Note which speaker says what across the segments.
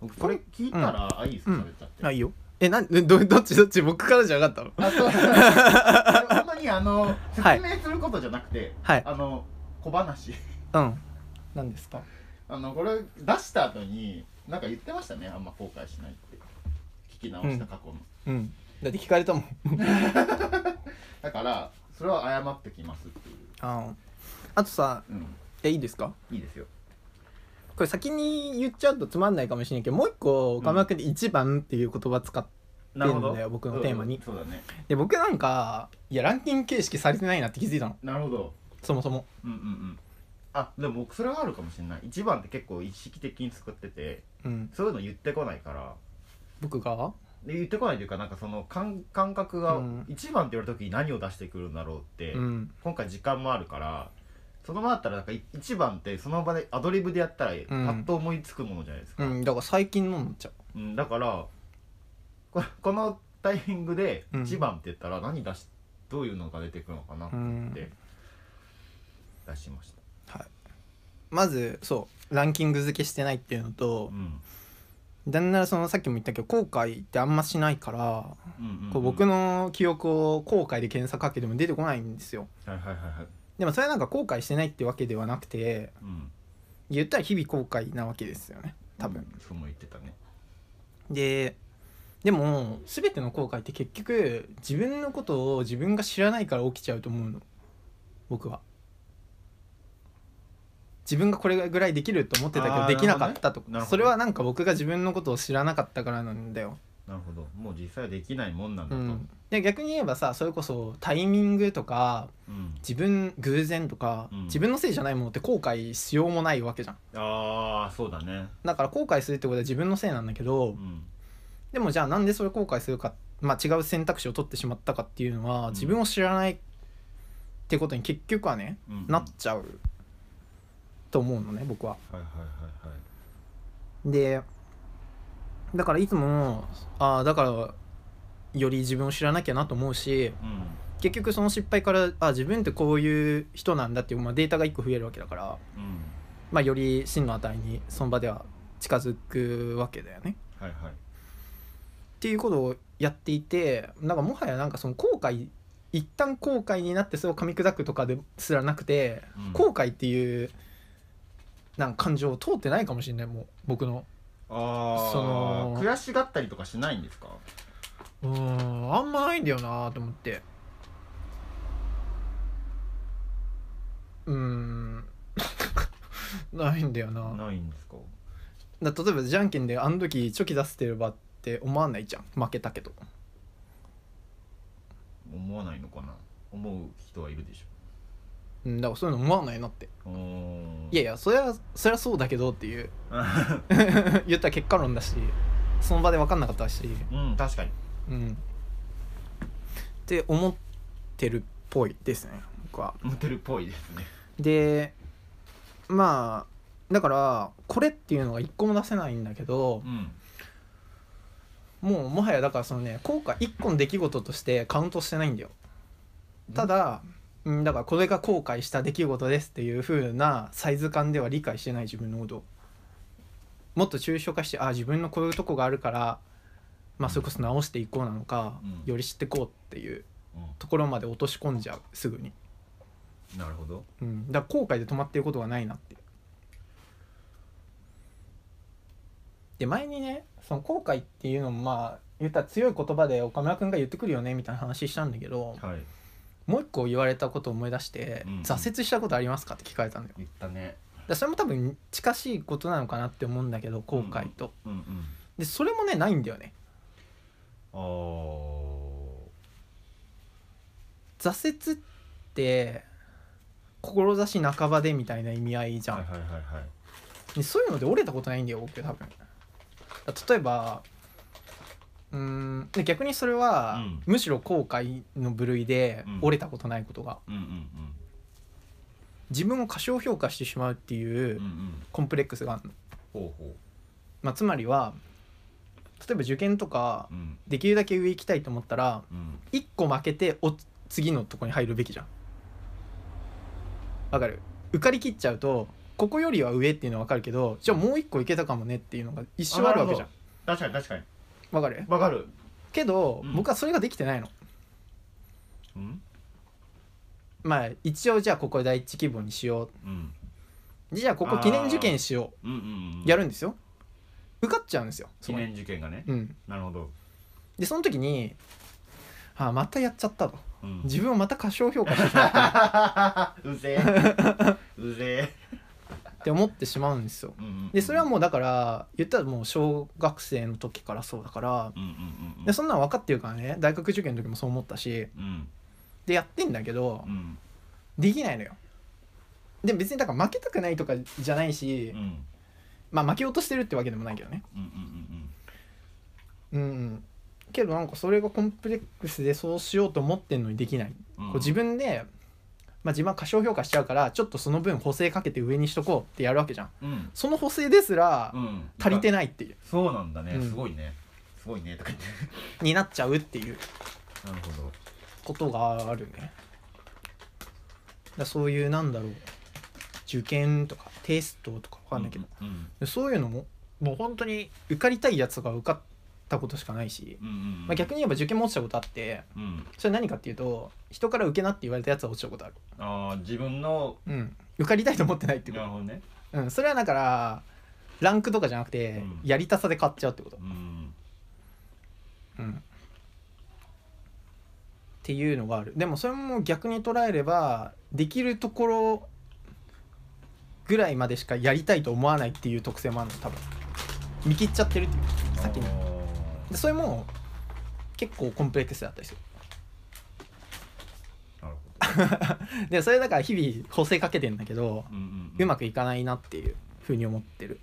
Speaker 1: 僕
Speaker 2: こ
Speaker 1: こ
Speaker 2: れ
Speaker 1: れ
Speaker 2: 聞いたら、あいいですか
Speaker 1: うん
Speaker 2: 喋っちゃって、
Speaker 1: あいいよえなん どどっちどっち僕からじゃなかったの
Speaker 2: あそう あの本当にあの
Speaker 1: は
Speaker 2: 説
Speaker 1: い
Speaker 2: 明することじゃなくて、
Speaker 1: はい
Speaker 2: あの小話
Speaker 1: うん何ですか
Speaker 2: あのこれ出した後になんか言ってましたねあんま後悔しないって聞き直した過去の、
Speaker 1: うんだって聞かれたもん
Speaker 2: だからそれは謝ってきますっていう
Speaker 1: ああとさ
Speaker 2: うん
Speaker 1: えいいですか
Speaker 2: いいですよ
Speaker 1: これ先に言っちゃうとつまんないかもしれないけどもう一個岡村君で「一番」っていう言葉使って、
Speaker 2: なるほど
Speaker 1: テーマだよ僕のテーマに
Speaker 2: うんそうだね
Speaker 1: で僕なんかいやランキング形式されてないなって気づいたの
Speaker 2: なるほど
Speaker 1: そもそも
Speaker 2: うんうんうんあでも僕それはあるかもしれない一番って結構意識的に作ってて
Speaker 1: うん
Speaker 2: そういうの言ってこないから
Speaker 1: 僕が
Speaker 2: で言ってこないというかなんかその感感覚が
Speaker 1: うん
Speaker 2: 一番って言われた時に何を出してくるんだろうって、
Speaker 1: うん
Speaker 2: 今回時間もあるからその場だったらなんかい一番ってその場でアドリブでやったらパッと思いつくものじゃないですか、
Speaker 1: うんだから最近のになっちゃう
Speaker 2: うんだからここのタイミングで
Speaker 1: うん
Speaker 2: 一番って言ったら何出し、どういうのが出てくるのかなって
Speaker 1: うん
Speaker 2: 出しました、
Speaker 1: まずそうランキング付けしてないっていうのと
Speaker 2: うん、うん
Speaker 1: なんならそのさっきも言ったけど後悔ってあんましないから
Speaker 2: うんうん
Speaker 1: こう僕の記憶を後悔で検索かけても出てこないんですよ
Speaker 2: はいはいはいはい
Speaker 1: でもそれはなんか後悔してないってわけではなくて
Speaker 2: うん
Speaker 1: 言ったら日々後悔なわけですよね多分、
Speaker 2: うんそうも言ってたね
Speaker 1: ででも全ての後悔って結局自分のことを自分が知らないから起きちゃうと思うの僕は自分がこれぐらいできると思ってたけ
Speaker 2: あ
Speaker 1: ど
Speaker 2: ー
Speaker 1: できなかったと、
Speaker 2: なるほどね
Speaker 1: それはなんか僕が自分のことを知らなかったからなんだよ、
Speaker 2: なるほどもう実際はできないもんなん
Speaker 1: う
Speaker 2: だと、
Speaker 1: ん、で逆に言えばさそれこそタイミングとか
Speaker 2: うん
Speaker 1: 自分偶然とか、
Speaker 2: うん
Speaker 1: 自分のせいじゃないものって後悔しようもないわけじゃん
Speaker 2: ああそうだね
Speaker 1: だから後悔するってことは自分のせいなんだけ
Speaker 2: う
Speaker 1: ど、
Speaker 2: ん
Speaker 1: でもじゃあなんでそれ後悔するか、まあ、違う選択肢を取ってしまったかっていうのは、
Speaker 2: うん
Speaker 1: 自分を知らないってことに結局はね、
Speaker 2: うん
Speaker 1: なっちゃうと思うのね僕は。
Speaker 2: はいはいはいはい
Speaker 1: でだからいつもああだからより自分を知らなきゃなと思うし
Speaker 2: う
Speaker 1: 結局その失敗からあ自分ってこういう人なんだっていう、まあ、データが1個増えるわけだから、
Speaker 2: んうん
Speaker 1: まあ、より真の値にその場では近づくわけだよね。
Speaker 2: はいはい
Speaker 1: っていうことをやっていてなんかもはやなんかその後悔一旦後悔になってそれを噛み砕くとかですらなくて、
Speaker 2: うん
Speaker 1: 後悔っていうなんか感情を通ってないかもしれないもう僕の
Speaker 2: ああ
Speaker 1: その
Speaker 2: 悔しがったりとかしないんですか
Speaker 1: うーんあんまないんだよなと思ってうーん ないんだよな
Speaker 2: ないんですか
Speaker 1: だ例えばじゃんけんであの時チョキ出せてればって思わないじゃん負けたけど
Speaker 2: 思わないのかな思う人はいるでし
Speaker 1: うんだからそういうの思わないなって
Speaker 2: ょうーん
Speaker 1: いやいやそれはそれはそうだけどっていう 言ったら結果論だしその場で分かんなかったし
Speaker 2: うん確かに
Speaker 1: うんって思ってるっぽいですね僕は
Speaker 2: モテるっぽいですね
Speaker 1: でまあだからこれっていうのが一個も出せないんだけど
Speaker 2: うん
Speaker 1: もうもはやだからそのね効果一個の出来事としてカウントしてないんだよただうんだからこれが後悔した出来事ですっていう風なサイズ感では理解してない自分のことをもっと抽象化してあ自分のこういうとこがあるからまあそれこそ直していこうなのか、
Speaker 2: うん
Speaker 1: より知ってこうっていう
Speaker 2: う
Speaker 1: ところまで落とし込んじゃうすぐに、
Speaker 2: んなるほど
Speaker 1: うん、だから後悔で止まってることがないなっていうで前にねその後悔っていうのもまあ言ったら強い言葉で岡村君が言ってくるよねみたいな話したんだけど、
Speaker 2: はい
Speaker 1: もう一個言われたことを思い出して、
Speaker 2: うん
Speaker 1: 挫折したことありますかって聞かれたんだよ
Speaker 2: 言ったね
Speaker 1: だからそれも多分近しいことなのかなって思うんだけど後悔と、
Speaker 2: うんうん
Speaker 1: でそれもねないんだよね
Speaker 2: あー
Speaker 1: 挫折って志半ばでみたいな意味合いじゃん、
Speaker 2: はいはいはいはい
Speaker 1: でそういうので折れたことないんだよ僕多分だ例えばうーんで逆にそれは、
Speaker 2: うん
Speaker 1: むしろ後悔の部類で
Speaker 2: うん
Speaker 1: 折れたことないことが、
Speaker 2: うんうん
Speaker 1: 自分を過小評価してしまうってい
Speaker 2: うんう
Speaker 1: うん
Speaker 2: うん
Speaker 1: コンプレックスがあるの、
Speaker 2: ほうほ
Speaker 1: まあ、つまりは例えば受験とか
Speaker 2: ううん
Speaker 1: できるだけ上行きたいと思ったら
Speaker 2: うん
Speaker 1: 1個負けてお次のとこに入るべきじゃんわかる受かりきっちゃうとここよりは上っていうのは分かるけどじゃあもう一個いけたかもねっていうのが一生あるわけじゃん
Speaker 2: あ確かに確かに
Speaker 1: わかる
Speaker 2: わかる
Speaker 1: けど、
Speaker 2: うん
Speaker 1: 僕はそれができてないの
Speaker 2: うん
Speaker 1: まあ一応じゃあここ第一希望にしよ
Speaker 2: うん
Speaker 1: うじゃあここ記念受験しよ
Speaker 2: うんうんうん
Speaker 1: うやるんですよ受かっちゃうんですよそ
Speaker 2: 記
Speaker 1: こに
Speaker 2: 念受験がね
Speaker 1: うん
Speaker 2: なるほど
Speaker 1: でその時にあまたやっちゃったと
Speaker 2: うん
Speaker 1: 自分をまた過小評価してしまった
Speaker 2: うぜ えうぜえ
Speaker 1: って思ってしまうんですよ
Speaker 2: うんうんうん
Speaker 1: でそれはもうだから言ったらもう小学生の時からそうだから
Speaker 2: うんうんうんうん
Speaker 1: でそんなん分かってるからね大学受験の時もそう思ったし
Speaker 2: うん
Speaker 1: でやってんだけど
Speaker 2: うん
Speaker 1: できないのよで別にだから負けたくないとかじゃないし
Speaker 2: うんうん
Speaker 1: まあ負けようとしてるってわけでもないけどね
Speaker 2: うんうん
Speaker 1: うんうんけどなんかそれがコンプレックスでそうしようと思ってんのにできない、
Speaker 2: うん
Speaker 1: こう自分で、まあ、自分は過小評価しちゃうからちょっとその分補正かけて上にしとこうってやるわけじゃん
Speaker 2: うん
Speaker 1: その補正ですら
Speaker 2: うん
Speaker 1: 足りてないっていう、
Speaker 2: そうなんだね、
Speaker 1: うん
Speaker 2: すごいねすごいねとか言って
Speaker 1: になっちゃうっていう
Speaker 2: なるほど
Speaker 1: ことがあるねだからそういうなんだろう受験とかテストとかわかんないけど、
Speaker 2: うん
Speaker 1: でそういうのももう本当に受かりたいやつが受かったことしかないし、
Speaker 2: うんうんうん、
Speaker 1: まあ、逆に言えば受験も落ちたことあって
Speaker 2: うん
Speaker 1: それ何かっていうと人から受けなって言われたやつは落ちたことある、
Speaker 2: ああ自分の
Speaker 1: うん、受かりたいと思ってないってこ
Speaker 2: なるほどね
Speaker 1: と、うん、それはだからランクとかじゃなくて、
Speaker 2: うん
Speaker 1: やりたさで買っちゃうってこと、
Speaker 2: うん
Speaker 1: うん、っていうのがあるでもそれも逆に捉えればできるところぐらいまでしかやりたいと思わないっていう特性もあるの多分見切っちゃってるっていう先に
Speaker 2: あ
Speaker 1: でそれも結構コンプレックスだったりする
Speaker 2: ーなるほ
Speaker 1: でそれだから日々補正かけてんだけど
Speaker 2: ど、うんうん
Speaker 1: うま
Speaker 2: く
Speaker 1: くいかないなっていうふうに思ってる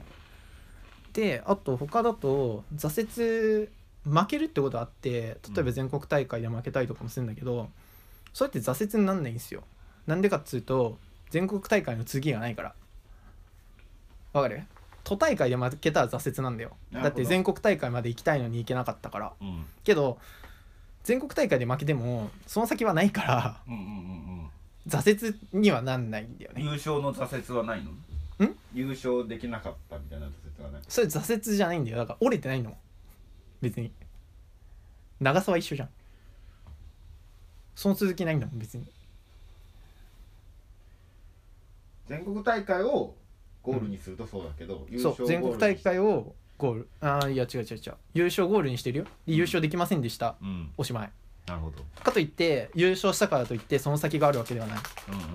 Speaker 1: であと他だと挫折負けるってことあって例えば全国大会で負けたりとかもするんだけど、そうやって挫折になんないんですよなんでかっつうと全国大会の次がないからわかる都大会で負けたら挫折なんだよ
Speaker 2: なる
Speaker 1: だ
Speaker 2: ほど
Speaker 1: って全国大会まで行きたいのに行けなかったから
Speaker 2: うんうん
Speaker 1: けど全国大会で負けてもその先はないから
Speaker 2: うんうん
Speaker 1: 挫折にはなんないんだよ
Speaker 2: うん優
Speaker 1: ね
Speaker 2: 勝の挫折はないの
Speaker 1: ん
Speaker 2: 優勝できなかったみたいな挫折はない
Speaker 1: それ挫折じゃないんだよだから折れてないの別に長さは一緒じゃんその続きないんだもん別に
Speaker 2: 全国大会をゴールにするとそうだけど、優
Speaker 1: そう全国大会をゴールああいや違う違う違う優勝ゴールにしてるよで優勝できませんでした
Speaker 2: うん
Speaker 1: おしまい
Speaker 2: なるほど
Speaker 1: かといって優勝したからといってその先があるわけではない
Speaker 2: うんうんうん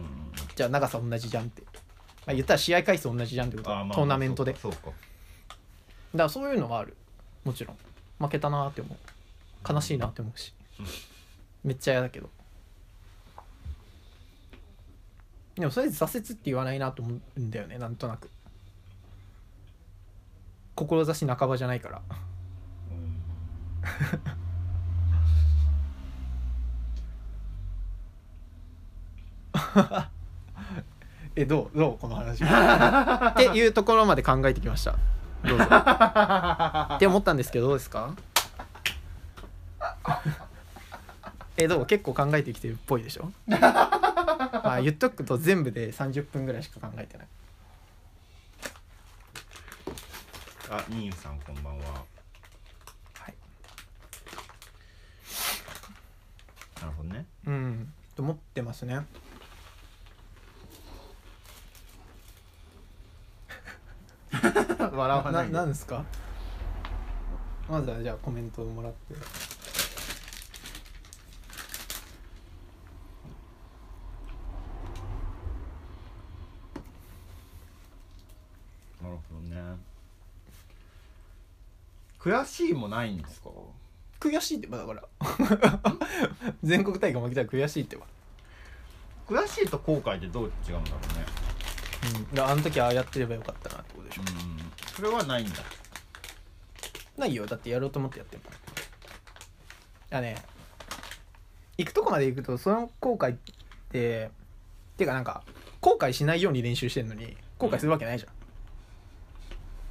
Speaker 1: じゃあ長さ同じじゃんって、まあ、言ったら試合回数同じじゃんってこと
Speaker 2: あまあ
Speaker 1: トーナメントで
Speaker 2: そうかそうか
Speaker 1: だからそういうのはあるもちろん負けたなーって思う悲しいなって思うしめっちゃ嫌だけどでもそれで挫折って言わないなと思うんだよねなんとなく志半ばじゃないから
Speaker 2: うん
Speaker 1: えどうどうこの話っていうところまで考えてきましたどうぞって思ったんですけどどうです かえどう結構考えてきてるっぽいでし ょまあ言っとくと全部で30分ぐらいしか考えてない
Speaker 2: あ、ニーンさんこんばんは。
Speaker 1: はい。
Speaker 2: なるほどね。
Speaker 1: うんと思ってますね
Speaker 2: 笑
Speaker 1: な
Speaker 2: わ
Speaker 1: な
Speaker 2: ないで。
Speaker 1: なんですかまずはじゃあコメントをもらって
Speaker 2: なるほどね。悔しいもないんですか。
Speaker 1: 悔しいってばだから 全国大会負けたら悔しいってば
Speaker 2: 悔しいと後悔ってどう違うんだろうね。
Speaker 1: うん、だからあの時ああやってればよかったなってことでしょ、
Speaker 2: うん。それはないんだ。
Speaker 1: ないよだってやろうと思ってやってるからだね行くとこまで行くとその後悔ってっていうかなんか後悔しないように練習してんのに後悔するわけないじゃん、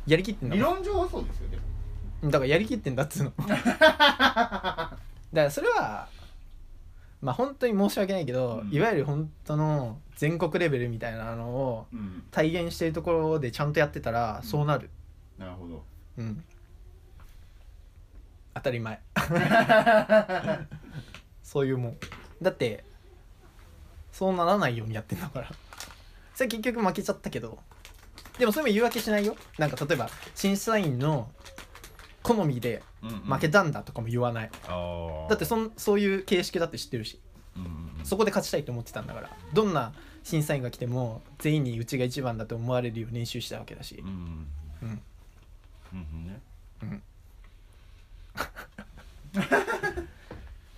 Speaker 1: やりきってんだ
Speaker 2: 理
Speaker 1: もん
Speaker 2: 論上はそうですよ。でも
Speaker 1: だからやりきってんだっつうのだからそれはまあ本当に申し訳ないけど、
Speaker 2: うん
Speaker 1: いわゆる本当の全国レベルみたいなのを
Speaker 2: うん
Speaker 1: 体現してるところでちゃんとやってたらそうなる
Speaker 2: なるほど
Speaker 1: うん当たり前 そういうもんだってそうならないようにやってんだからそれ結局負けちゃったけどでもそれも言い訳しないよなんか例えば審査員の好みで負け
Speaker 2: た
Speaker 1: たんだとかも言わない、だってそんそういう形式だって知ってるしそこで勝ちたいと思ってたんだからどんな審査員が来ても全員にうちが一番だと思われるよう練習したわけだし
Speaker 2: うんうん
Speaker 1: うん
Speaker 2: うんうんね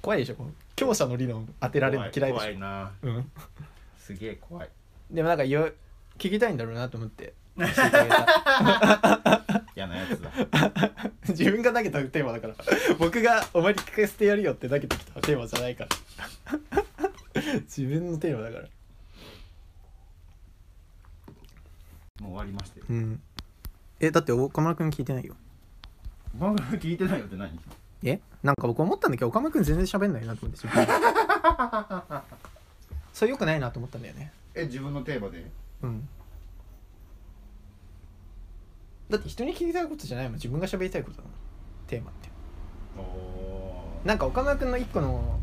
Speaker 1: 怖いでしょこの強者の理論当てられるの嫌いで
Speaker 2: 怖
Speaker 1: し
Speaker 2: いな
Speaker 1: ょ、うん、
Speaker 2: すげえ怖い
Speaker 1: でもなんか言う聞きたいんだろうなと思 って教えてあげた
Speaker 2: 嫌なやつだ
Speaker 1: 自分が投げたテーマだから僕が「お前に聞かせてやるよ」って投げてきたテーマじゃないから 自分のテーマだから
Speaker 2: もう終わりまして
Speaker 1: うんえだって岡村君聞いてないよ
Speaker 2: 番組聞いてないよって何
Speaker 1: えなんか僕思ったんだけど岡村君全然喋んないなと思 って自分でそれよくないなと思ったんだよね
Speaker 2: え自分のテーマで
Speaker 1: うんだって人に聞きたいことじゃないもん自分が喋りたいことなのテーマって
Speaker 2: おお
Speaker 1: なんか岡村君の一個の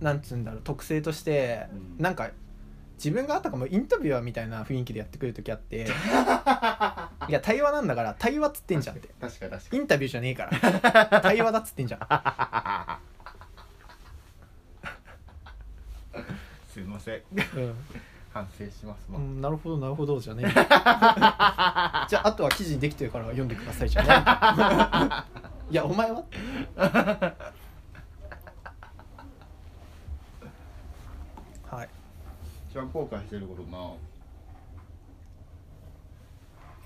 Speaker 1: なんつうんだろう特性として、
Speaker 2: うん
Speaker 1: なんか自分があたかもインタビュアーみたいな雰囲気でやってくる時あって いや対話なんだから対話っつってんじゃんって
Speaker 2: 確かに確か
Speaker 1: イ
Speaker 2: に
Speaker 1: ンタビューじゃねえから対話だっつってんじゃん
Speaker 2: すいません
Speaker 1: うん、
Speaker 2: 反省します
Speaker 1: う
Speaker 2: も
Speaker 1: ん、なるほどなるほどじゃね えじゃああとは記事にできてるから読んでくださいじゃねえい やお前 ははい
Speaker 2: 一番後悔してることな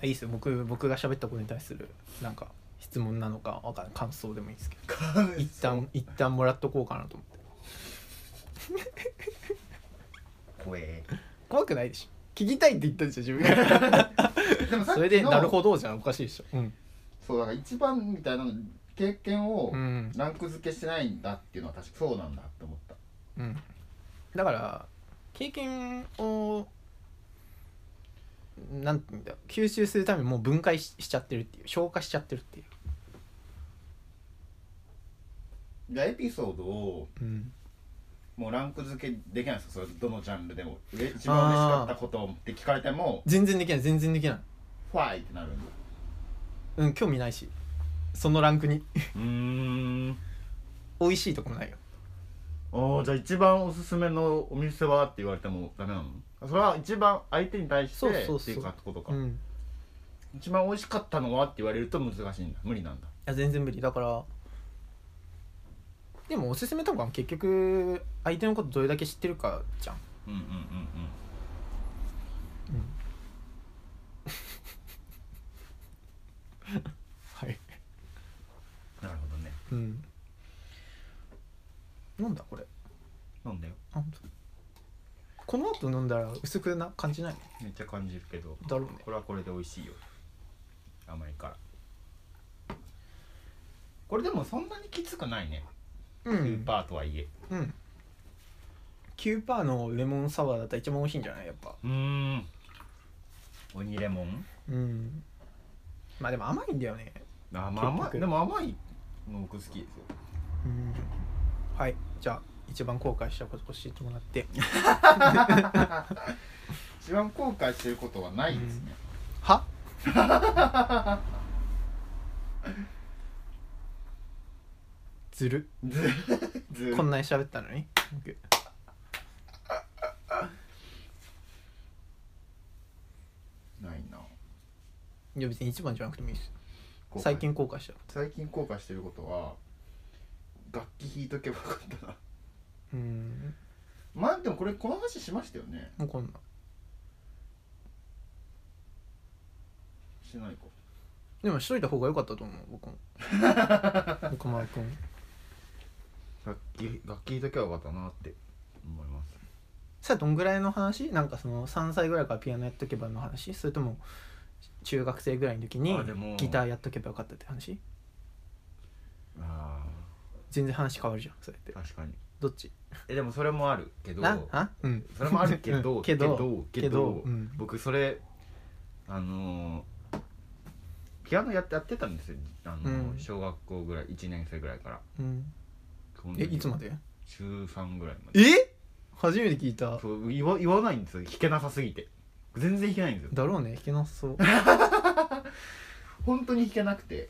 Speaker 2: い
Speaker 1: いですよ僕僕が喋ったことに対するなんか質問なのかわかんない感想でもいいですけど 一旦一旦もらっとこうかなと思って
Speaker 2: 怖え
Speaker 1: 怖くないでしょ聞きたいって言ったでしょ自分が
Speaker 2: でもさっきの
Speaker 1: そ れで「なるほど」じゃんおかしいでしょうん、
Speaker 2: そうだから一番みたいなの経験を
Speaker 1: うん
Speaker 2: ランク付けしてないんだっていうのは確かそうなんだって思った
Speaker 1: うん、だから経験をなんていうんだ吸収するためにもう分解ししちゃってるっていう消化しちゃってるっていう、
Speaker 2: じゃあエピソードを
Speaker 1: うん、
Speaker 2: もうランク付けできないんですかそれどのジャンルでもうれ一番嬉しかったことって聞かれても
Speaker 1: 全然できない全然できない、
Speaker 2: ファイってなるんだ
Speaker 1: うん、興味ないしそのランクに
Speaker 2: うん
Speaker 1: 美味しいとこもないよ
Speaker 2: おーじゃあ一番おすすめのお店はって言われてもダメなのあそれは一番相手に対して
Speaker 1: そうそうそう
Speaker 2: っていうかことか、
Speaker 1: うん
Speaker 2: 一番美味しかったのはって言われると難しいんだ無理なんだ
Speaker 1: いや全然無理だからでもおすすめとかも結局相手のことどれだけ知ってるかじゃん
Speaker 2: うんうんうん
Speaker 1: はい
Speaker 2: うんなるほどね
Speaker 1: うん飲んだこれ
Speaker 2: なんだよ
Speaker 1: あ本当この後飲んだら薄くな感じない
Speaker 2: めっちゃ感じるけど
Speaker 1: だろうね
Speaker 2: これはこれで美味しいよ甘いからこれでもそんなにきつくないね、
Speaker 1: う
Speaker 2: スー
Speaker 1: ん
Speaker 2: パーとはいえ
Speaker 1: うん9%のレモンサワーだったら一番美味しいんじゃないやっぱ
Speaker 2: うん鬼レモン
Speaker 1: うんまあでも甘いんだよね
Speaker 2: あまあ
Speaker 1: 結
Speaker 2: 甘
Speaker 1: 局
Speaker 2: いでも甘いの僕好きですよ
Speaker 1: うんはいじゃあ一番後悔したこと教えてもらって
Speaker 2: 一番後悔してることはないですね、
Speaker 1: はずる
Speaker 2: ずず
Speaker 1: こんなに喋ったのに僕
Speaker 2: ないない
Speaker 1: や別に一番じゃなくてもいいです
Speaker 2: 後悔
Speaker 1: 最近後悔した
Speaker 2: 最近後悔してることは楽器弾いとけばよかったな
Speaker 1: うん
Speaker 2: まあでもこれこの話しましたよね
Speaker 1: もうこんな
Speaker 2: しないか
Speaker 1: でもしといた方が良かったと思う 僕も岡村君
Speaker 2: 楽器楽器弾いとけばよかったなって思います
Speaker 1: さあどんぐらいの話なんかその3歳ぐらいからピアノやっとけばの話それとも中学生ぐらいの時に
Speaker 2: あでも
Speaker 1: ギターやっとけばよかったって話
Speaker 2: あ
Speaker 1: 全然話変わるじゃんそうやって
Speaker 2: 確かに
Speaker 1: どっち
Speaker 2: えでもそれもあるけど
Speaker 1: なあ うん
Speaker 2: それもあるけど
Speaker 1: けど
Speaker 2: けど
Speaker 1: け
Speaker 2: け
Speaker 1: ど
Speaker 2: ど
Speaker 1: うん
Speaker 2: 僕それあのーピアノやってやってたんですよあのー
Speaker 1: うん
Speaker 2: 小学校ぐらい1年生ぐらいから
Speaker 1: うんえいつまで
Speaker 2: 中3ぐらいまで
Speaker 1: え初めて聞いた
Speaker 2: そう言わ言わないんですよ弾けなさすぎて全然弾けないんですよ
Speaker 1: だろうね弾け なそう
Speaker 2: 本当に弾けなくて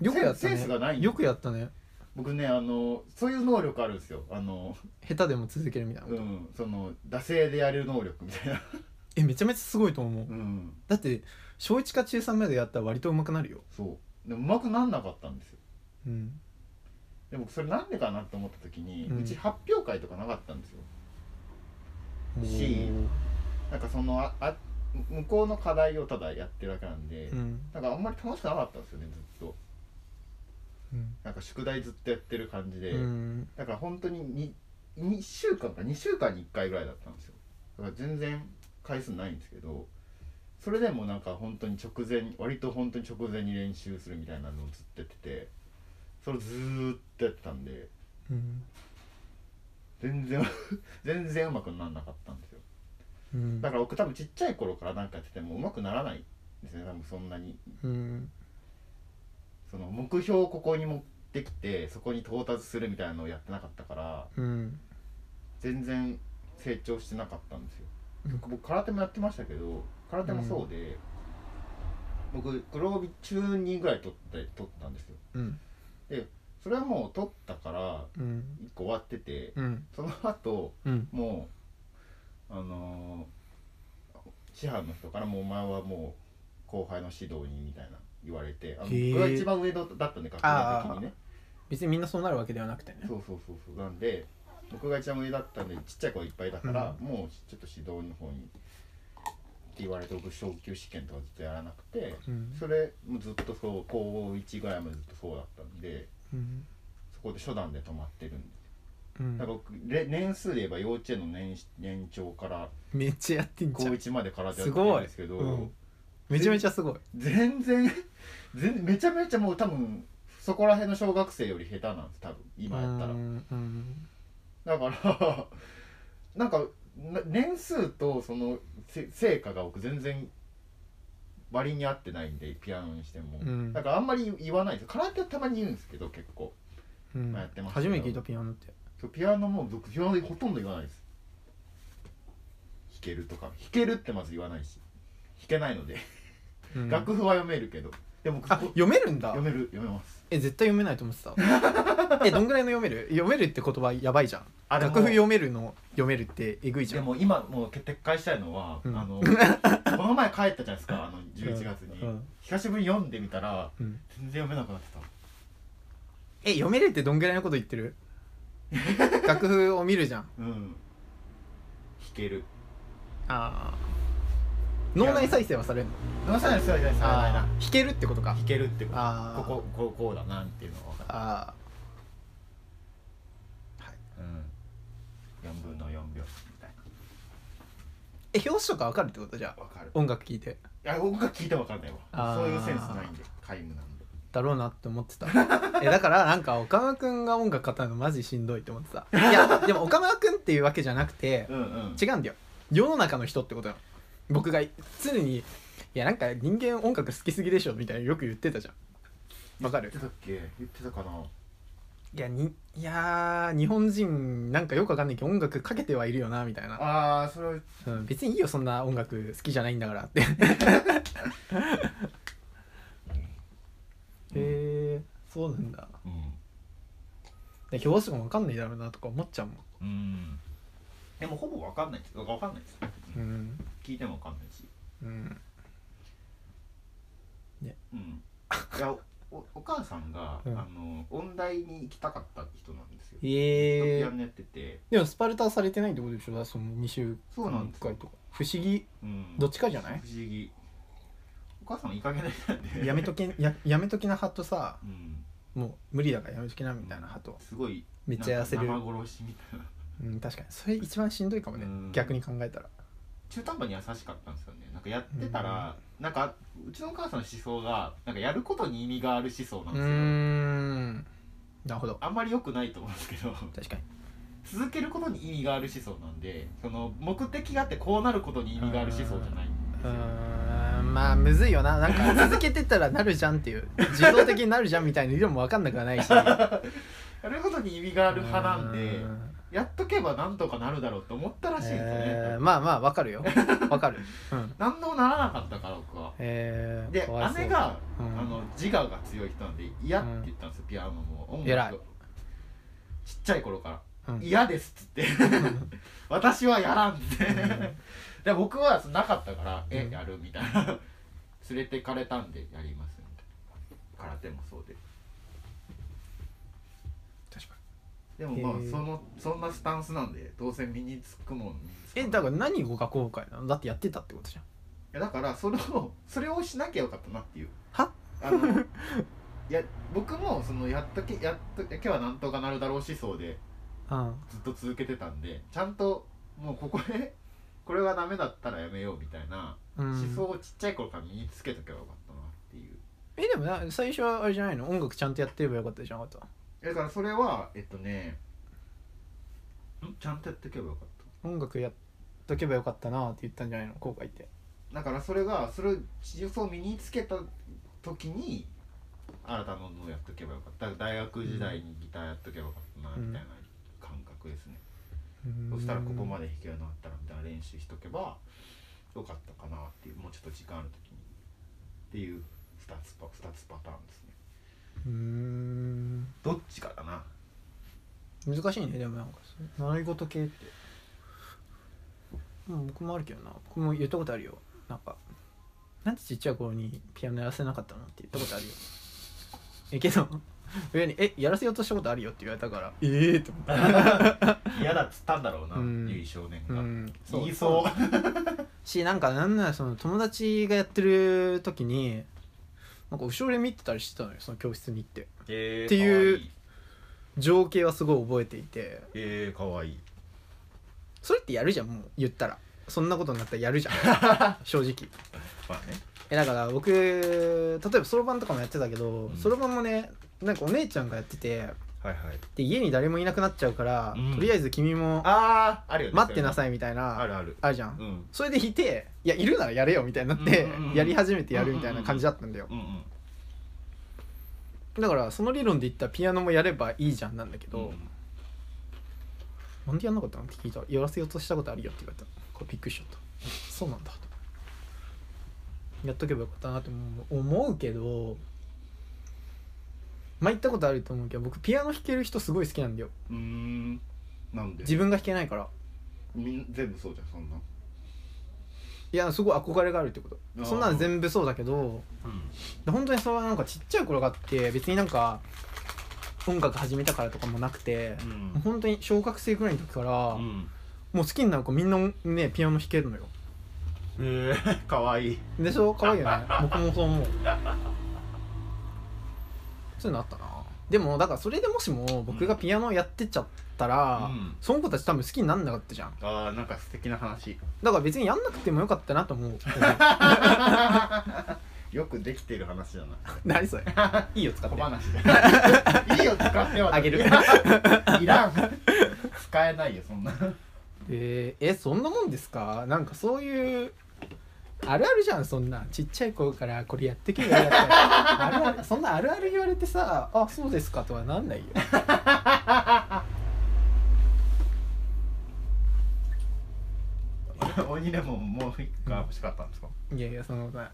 Speaker 1: よくやった
Speaker 2: センスがない
Speaker 1: ねよくやったね
Speaker 2: 僕ねあのそういう能力あるんですよあの
Speaker 1: 下手でも続けるみたいな、
Speaker 2: うんその惰性でやる能力みたいな
Speaker 1: えめちゃめちゃすごいと思う
Speaker 2: うん
Speaker 1: だって小1か中3までやったら割と上手くなるよ
Speaker 2: そうでもうまくなんなかったんですよ
Speaker 1: うん
Speaker 2: で僕それなんでかなと思った時に、
Speaker 1: う
Speaker 2: うんち発表会とかなかったんですよしなんかそのああ向こうの課題をただやってるだけなんで、
Speaker 1: うん
Speaker 2: なんかあんまり楽しくなかったんですよねずっと
Speaker 1: うん
Speaker 2: なんか宿題ずっとやってる感じで、
Speaker 1: うん
Speaker 2: だから本当にに2週間か2週間に1回ぐらいだったんですよだから全然回数ないんですけどそれでもなんか本当に直前に割と本当に直前に練習するみたいなのをずっとやっててそれをずーっとやってたんで
Speaker 1: うん
Speaker 2: 全然 全然うまくならなかったんですよ
Speaker 1: うん
Speaker 2: だから僕多分ちっちゃい頃からなんかやっててもうまくならないんですね多分そんなに
Speaker 1: うん
Speaker 2: その目標をここに持ってきてそこに到達するみたいなのをやってなかったから
Speaker 1: うん
Speaker 2: 全然成長してなかったんですよ
Speaker 1: うん
Speaker 2: 僕空手もやってましたけど空手もそうで、僕黒帯中2ぐらい取って取ったんですよ
Speaker 1: うん
Speaker 2: それはもう取ったから
Speaker 1: うん
Speaker 2: 1個終わってて
Speaker 1: うん
Speaker 2: その後
Speaker 1: うん
Speaker 2: もうあのー師範の人から「もうお前はもう後輩の指導に」みたいな言われてあの
Speaker 1: へー
Speaker 2: 僕が一番上だったんで学年的にね
Speaker 1: 別にみんなそうなるわけではなくてね
Speaker 2: そうそうそうそうなんで僕が一番上だったんでちっちゃい子いっぱいだから、もうちょっと指導の方にって言われて僕昇級試験とかずっとやらなくて
Speaker 1: うん
Speaker 2: それもずっとそう高1ぐらいまでずっとそうだったんで
Speaker 1: うん
Speaker 2: そこで初段で止まってるんで
Speaker 1: うん
Speaker 2: だから僕れ年数で言えば幼稚園の年年長から
Speaker 1: めっちゃやってん
Speaker 2: 高
Speaker 1: じゃん
Speaker 2: 1まで空手やっ
Speaker 1: す
Speaker 2: てる
Speaker 1: ご
Speaker 2: ん
Speaker 1: い
Speaker 2: ですけど、
Speaker 1: うんめちゃめちゃすごい
Speaker 2: 全然全然めちゃめちゃもう多分そこら辺の小学生より下手なんです多分今やったら
Speaker 1: う。んうん
Speaker 2: だから なんかな年数とそのせ成果が僕全然割に合ってないんでピアノにしても、
Speaker 1: うん
Speaker 2: だからあんまり言わないです空手はたまに言うんですけど結構
Speaker 1: うん
Speaker 2: まあやってますけ
Speaker 1: 初
Speaker 2: ど
Speaker 1: めて聞いたピアノって
Speaker 2: そうピアノも僕ピアノでほとんど言わないです弾けるとか弾けるってまず言わないし弾けないので、
Speaker 1: うん
Speaker 2: 楽譜は読めるけどでも
Speaker 1: あ
Speaker 2: ここ
Speaker 1: 読めるんだ
Speaker 2: 読める読めます
Speaker 1: え絶対読めないと思って たえどんぐらいの読める読めるって言葉やばいじゃん
Speaker 2: あでも
Speaker 1: 楽譜読めるの読めるってえぐいじ
Speaker 2: で
Speaker 1: ゃん
Speaker 2: も今もう撤回したいのは、
Speaker 1: うん
Speaker 2: あのこの前帰ったじゃないですかあの11月に、
Speaker 1: うん
Speaker 2: 久しぶりに読んでみたら
Speaker 1: うん
Speaker 2: 全然読めなくなってた
Speaker 1: え読めるってどんぐらいのこと言ってる楽譜を見るじゃん
Speaker 2: うん弾ける
Speaker 1: あー脳内再生はされるの
Speaker 2: 7歳の人はじゃないないな
Speaker 1: あー弾けるってことか
Speaker 2: 弾けるってこ
Speaker 1: あー
Speaker 2: とこここうこうだなっていうのは分かっ
Speaker 1: あーはい
Speaker 2: たうん4分の4秒みたい
Speaker 1: え表紙とかわかるってことじゃ
Speaker 2: な
Speaker 1: あ
Speaker 2: 分かる
Speaker 1: 音楽聴いて
Speaker 2: いや音楽聞いても分かんない
Speaker 1: あ
Speaker 2: わ
Speaker 1: ー
Speaker 2: そういうセンスないんで皆無なんで
Speaker 1: だろうなって思ってた えだからなんか岡村君が音楽語るのマジしんどいって思ってたいやでも岡村君っていうわけじゃなくて
Speaker 2: うんうん
Speaker 1: 違うんだよ世の中の人ってことよ僕が常にいやなんか人間音楽好きすぎでしょみたいなよく言ってたじゃんわか
Speaker 2: 言
Speaker 1: る
Speaker 2: ってたっけ言ってたかない
Speaker 1: やにいやー日本人なんかよくわかんないけど音楽かけてはいるよなみたいな、
Speaker 2: ああそれは
Speaker 1: うん、別にいいよそんな音楽好きじゃないんだからって へえそうなんだ
Speaker 2: うん
Speaker 1: で表紙もわかんないだろうなとか思っちゃうも
Speaker 2: う
Speaker 1: ん
Speaker 2: んでもほぼ分かんないです分かんないです
Speaker 1: うん
Speaker 2: 聞いても分かんないし
Speaker 1: うん
Speaker 2: うんいやおお母さんが、
Speaker 1: うん
Speaker 2: あの音大に行きたかった人なんですよ
Speaker 1: へ
Speaker 2: ピ
Speaker 1: え
Speaker 2: アノやってて、
Speaker 1: でもスパルタされてないってことでしょだからその2週
Speaker 2: そうなんですよ
Speaker 1: 回とか不思議
Speaker 2: うん
Speaker 1: どっちかじゃない
Speaker 2: 不思議お母さんいい加減な人なんで
Speaker 1: やめ とけややめときな派とさ
Speaker 2: うん
Speaker 1: もう無理だからやめときなみたいな派と
Speaker 2: すごい
Speaker 1: めっちゃ痩せる
Speaker 2: なんか生殺しみたいな
Speaker 1: うん確かにそれ一番しんどいかもね
Speaker 2: うん
Speaker 1: 逆に考えたら
Speaker 2: 中途半端に優しかったんですよねなんかやってたら、なんかうちのお母さんの思想がなんかやることに意味がある思想なん
Speaker 1: う
Speaker 2: です
Speaker 1: ー
Speaker 2: よ
Speaker 1: んなるほど
Speaker 2: あんまり良くないと思うんですけど
Speaker 1: 確かに
Speaker 2: 続けることに意味がある思想なんでその目的があってこうなることに意味がある思想じゃないんです
Speaker 1: う
Speaker 2: よ
Speaker 1: ーんまあむずいよななん か続けてたらなるじゃんっていう自動的になるじゃんみたいな理論も分かんなく はないしあ
Speaker 2: やることに意味がある派なんでやっとけばなんとかなるだろうと思ったらしいんですよね、
Speaker 1: まあまあ分かるよ分かる、うん
Speaker 2: なんともならなかったから僕は
Speaker 1: えー、
Speaker 2: で
Speaker 1: かわいそう
Speaker 2: 姉が、
Speaker 1: うん
Speaker 2: あの自我が強い人なんで嫌って言ったんですよ、ピアノも音
Speaker 1: 偉い
Speaker 2: 楽ちっちゃい頃から
Speaker 1: う
Speaker 2: 「
Speaker 1: ん
Speaker 2: 嫌です」っつっ て「私はやらん」って、
Speaker 1: うん
Speaker 2: で僕はそのなかったから「え
Speaker 1: うん
Speaker 2: やる」みたいな連れてかれたんでやりますみたいな空手もそうで
Speaker 1: 確か
Speaker 2: でもまあ
Speaker 1: へー
Speaker 2: そのそんなスタンスなんで当然身につくもん身につかない
Speaker 1: えだから何語が後悔なのだってやってたってことじゃん
Speaker 2: いやだからそれをそれをしなきゃよかったなっていう
Speaker 1: は
Speaker 2: あのいや僕もそのやっとけやっとけばなんとかなるだろう思想で
Speaker 1: うん
Speaker 2: ずっと続けてたんでちゃんともうここでこれがダメだったらやめようみたいな
Speaker 1: う
Speaker 2: 思
Speaker 1: ん
Speaker 2: 想をちっちゃい頃から身につけとけばよかったなっていう
Speaker 1: えでもな最初はあれじゃないの音楽ちゃんとやってればよかったじゃんあと
Speaker 2: だからそれはえっとねんちゃんとやっておけばよかった
Speaker 1: 音楽やっとけばよかったなって言ったんじゃないの後悔って
Speaker 2: だからそれがそれを思想を身につけた時に新たなものをやっとけばよかっただから大学時代にギターやっとけばよかったな
Speaker 1: うん
Speaker 2: みたいな感覚ですね、そしたらここまで弾けるようになったらみたいな練習しとけばよかったかなっていうもうちょっと時間ある時にっていう2つパ二つパターンですね
Speaker 1: うーん
Speaker 2: どっちかだな
Speaker 1: 難しいねでもなんかそう習い事系ってもう僕もあるけどな僕も言ったことあるよなんかなんでちっちゃい頃にピアノやらせなかったのって言ったことある よえけど親に「えやらせようとしたことあるよ」って言われたからええー、って思った
Speaker 2: 嫌だっつったんだろうな
Speaker 1: うん
Speaker 2: 優少年
Speaker 1: う
Speaker 2: が、
Speaker 1: ん
Speaker 2: 言いそう
Speaker 1: しなんかなんならその友達がやってる時になんか後ろで見てたりしてたのよその教室に行って
Speaker 2: えー
Speaker 1: ってい
Speaker 2: かわい
Speaker 1: う
Speaker 2: い
Speaker 1: 情景はすごい覚えていて
Speaker 2: えー、かわいい
Speaker 1: それってやるじゃんもう言ったらそんなことになったらやるじゃん 正直
Speaker 2: まあね
Speaker 1: えだから僕例えばそろばんとかもやってたけど
Speaker 2: うん
Speaker 1: そろばんもねなんかお姉ちゃんがやってて
Speaker 2: はいはい
Speaker 1: で家に誰もいなくなっちゃうから、
Speaker 2: うん
Speaker 1: とりあえず君も
Speaker 2: あああるよね
Speaker 1: 待ってな
Speaker 2: そ
Speaker 1: さいみたい
Speaker 2: れはあ
Speaker 1: な
Speaker 2: るある
Speaker 1: あるじゃん
Speaker 2: うん
Speaker 1: それでいていやいるならやれよみたいになって、
Speaker 2: うんうんうん
Speaker 1: やり始めてやるみたいな感じだったんだよ、
Speaker 2: うんうん
Speaker 1: だからその理論で言ったらピアノもやればいいじゃんなんだけど、
Speaker 2: うん
Speaker 1: なんでやんなかったのって聞いたらやらせようとしたことあるよって言われたこれびっくりしちゃったそうなんだとやっとけばよかったなって思う思うけどまあ言ったことあると思うけど僕ピアノ弾ける人すごい好きなんだよ
Speaker 2: うーんなんで
Speaker 1: 自分が弾けないから
Speaker 2: みん全部そうじゃんそんな、
Speaker 1: いやすごい憧れがあるってこと
Speaker 2: あー
Speaker 1: そんなの全部そうだけどで本当にそれはなんかちっちゃい頃があって別になんか音楽始めたからとかもなくて、
Speaker 2: うん
Speaker 1: 本当に小学生ぐらいの時から、
Speaker 2: うん
Speaker 1: もう好きになる子みんなねピアノ弾けるのよ
Speaker 2: えー、 かわいい
Speaker 1: でしょ可愛いよ ね僕もそう思うそういうのあったなでもだからそれでもしも僕がピアノをやってっちゃったら、
Speaker 2: うん
Speaker 1: その子たち多分好きになんなかったじゃん
Speaker 2: あーなんか素敵な話
Speaker 1: だから別にやんなくてもよかったなと 思う
Speaker 2: よくできてる話 だな
Speaker 1: 何それいいよ使っ
Speaker 2: 小
Speaker 1: て
Speaker 2: 話 だいいよ使っては
Speaker 1: あげる
Speaker 2: いら ん使えないよそんな
Speaker 1: えーえそんなもんですかなんかそういうあるあるじゃんそんなちっちゃい子からこれやってけばよかったよあるあるそんなあるある言われてさあそうですかとはなんないよ
Speaker 2: 鬼レモンもう一回欲しかったんですか
Speaker 1: いやいやそんなことない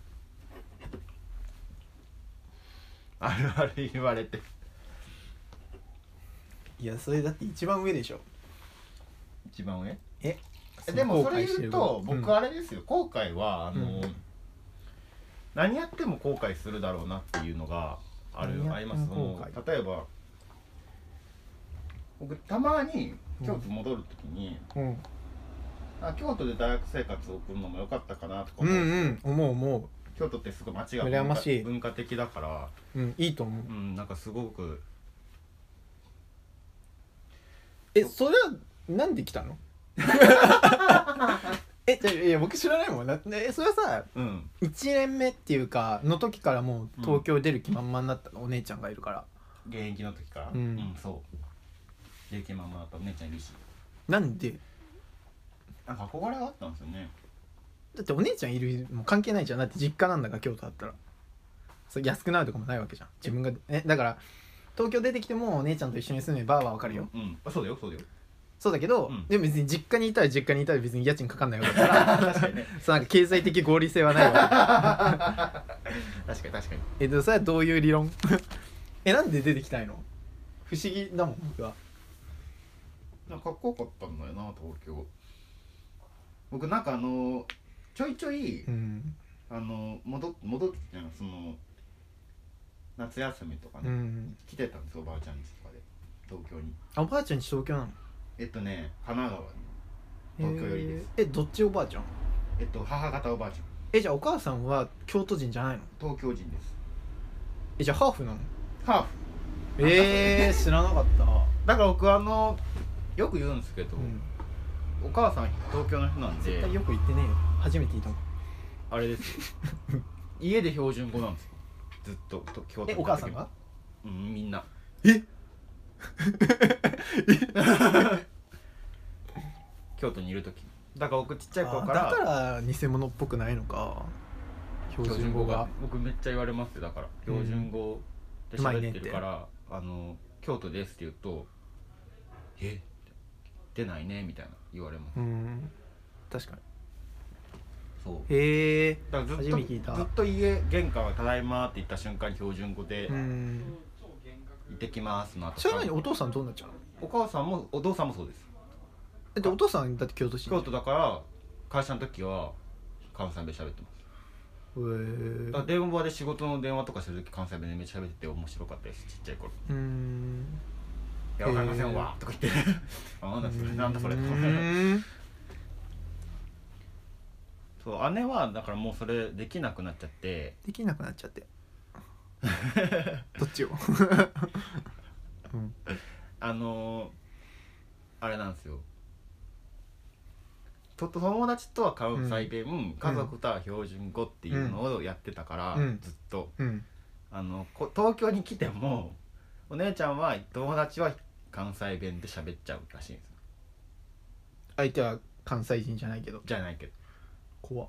Speaker 2: あるある言われて
Speaker 1: いやそれだって一番上でしょ
Speaker 2: 一番上
Speaker 1: え
Speaker 2: でもそれ言うと
Speaker 1: 後悔してる
Speaker 2: 僕あれですよ後悔はあの、
Speaker 1: うん
Speaker 2: 何やっても後悔するだろうなっていうのがある
Speaker 1: 何
Speaker 2: あ
Speaker 1: やって
Speaker 2: り
Speaker 1: も
Speaker 2: ますそ
Speaker 1: 後
Speaker 2: の例えば僕たまに京都戻る時に、
Speaker 1: うん
Speaker 2: あ京都で大学生活を送るのも良かったかなとか
Speaker 1: う
Speaker 2: 思う、
Speaker 1: んうん思う思
Speaker 2: 京都ってすごい街が
Speaker 1: 羨
Speaker 2: 文
Speaker 1: ま
Speaker 2: 化
Speaker 1: しい
Speaker 2: 文化的だから、
Speaker 1: ううんいいと思
Speaker 2: う
Speaker 1: う
Speaker 2: ん、なんかすごく
Speaker 1: えそれはなんで来たの えじゃあいや僕知らないもんなえそれはさ
Speaker 2: うん
Speaker 1: 1年目っていうかの時からもう東京出る気満々だったの、お姉ちゃんがいるから
Speaker 2: 現役の時から
Speaker 1: うん
Speaker 2: そうできまんもやっぱめっちゃ嬉しい
Speaker 1: なんで
Speaker 2: なんか憧れがあったんですよね
Speaker 1: だってお姉ちゃんいるもう関係ないじゃんだって実家なんだから京都だったらそれ安くなるとかもないわけじゃん自分がえだから東京出てきてもお姉ちゃんと一緒に住めばはわかるよ
Speaker 2: うんあそうだよ そうだよ
Speaker 1: そうだけど、
Speaker 2: うん
Speaker 1: でも別に実家にいたら実家にいたら別に家賃かかんないわけ だから
Speaker 2: 確かにね
Speaker 1: そうなんか経済的合理性はないわ
Speaker 2: 確かに確かに
Speaker 1: えっとそれはどういう理論 えなんで出てきたいの不思議だもん僕は
Speaker 2: なんかかっこよかったんだよな東京僕なんかあのちょいちょい
Speaker 1: うん
Speaker 2: あの戻っ戻ってきたのその夏休みとか
Speaker 1: う
Speaker 2: ね、
Speaker 1: ん
Speaker 2: 来てたんですおばあちゃん家とかで東京に
Speaker 1: あおばあちゃんち東京なの
Speaker 2: えっとね神奈川に東京よりです
Speaker 1: えーえどっちおばあちゃん
Speaker 2: えっと母方おばあちゃん
Speaker 1: えじゃあお母さんは京都人じゃないの
Speaker 2: 東京人です
Speaker 1: えじゃあハーフなの
Speaker 2: ハーフ
Speaker 1: えー、知らなかった、
Speaker 2: だから僕あのよく言うんですけど、
Speaker 1: うん、
Speaker 2: お母さん東京の人なん
Speaker 1: 絶
Speaker 2: で
Speaker 1: 対よく言ってねえよ初めて言ったもん
Speaker 2: あれ ですよ家で標準語なんですよずっとと京都
Speaker 1: え
Speaker 2: に
Speaker 1: お
Speaker 2: いた時
Speaker 1: 母さん
Speaker 2: も
Speaker 1: が
Speaker 2: うんみんな
Speaker 1: え
Speaker 2: 京都にいる時だから僕ちっちゃい
Speaker 1: だ
Speaker 2: 頃
Speaker 1: か
Speaker 2: から
Speaker 1: ら偽物っぽくないのか標
Speaker 2: 標
Speaker 1: 準
Speaker 2: 準
Speaker 1: 語
Speaker 2: 語
Speaker 1: が
Speaker 2: が僕めっちゃ言われますよだから標準語で喋ってるから「あの京都です」って言うと「え出ないね」みたいな言われます
Speaker 1: うん確かに
Speaker 2: そう
Speaker 1: へえ
Speaker 2: だからずっ
Speaker 1: 初
Speaker 2: と
Speaker 1: めて聞いた
Speaker 2: ずっと家玄関は「ただいま」って言った瞬間に標準語で「
Speaker 1: うん
Speaker 2: 行ってきます」の後
Speaker 1: それなのにお父さんどうなっちゃうの
Speaker 2: お母さんもお父さんもそうです
Speaker 1: だってお父さんだって京都市
Speaker 2: 京都だから会社の時は関西弁喋ってます
Speaker 1: へ
Speaker 2: だ
Speaker 1: ー
Speaker 2: から電話で仕事の電話とかしてる時関西弁でめっちゃ喋ってて面白かったですちっちゃい頃
Speaker 1: うーん
Speaker 2: いや、わかりませんわ、とか言って。 あ、なんだそれ、なんだそれ。
Speaker 1: うーん
Speaker 2: そう、姉は、だから、もう、それ、できなくなっちゃって。
Speaker 1: できなくなっちゃって どっちをうん
Speaker 2: あのーあれなんですよ。と、友達とは関西弁、家族とは標準語っていうのをやってたから、
Speaker 1: うん
Speaker 2: ずっと。
Speaker 1: うん
Speaker 2: あの、こ、東京に来ても。お姉ちゃんは、友達は関西弁で喋っちゃうらしいんですよ。
Speaker 1: 相手は関西人じゃないけど
Speaker 2: じゃないけど。
Speaker 1: 怖っ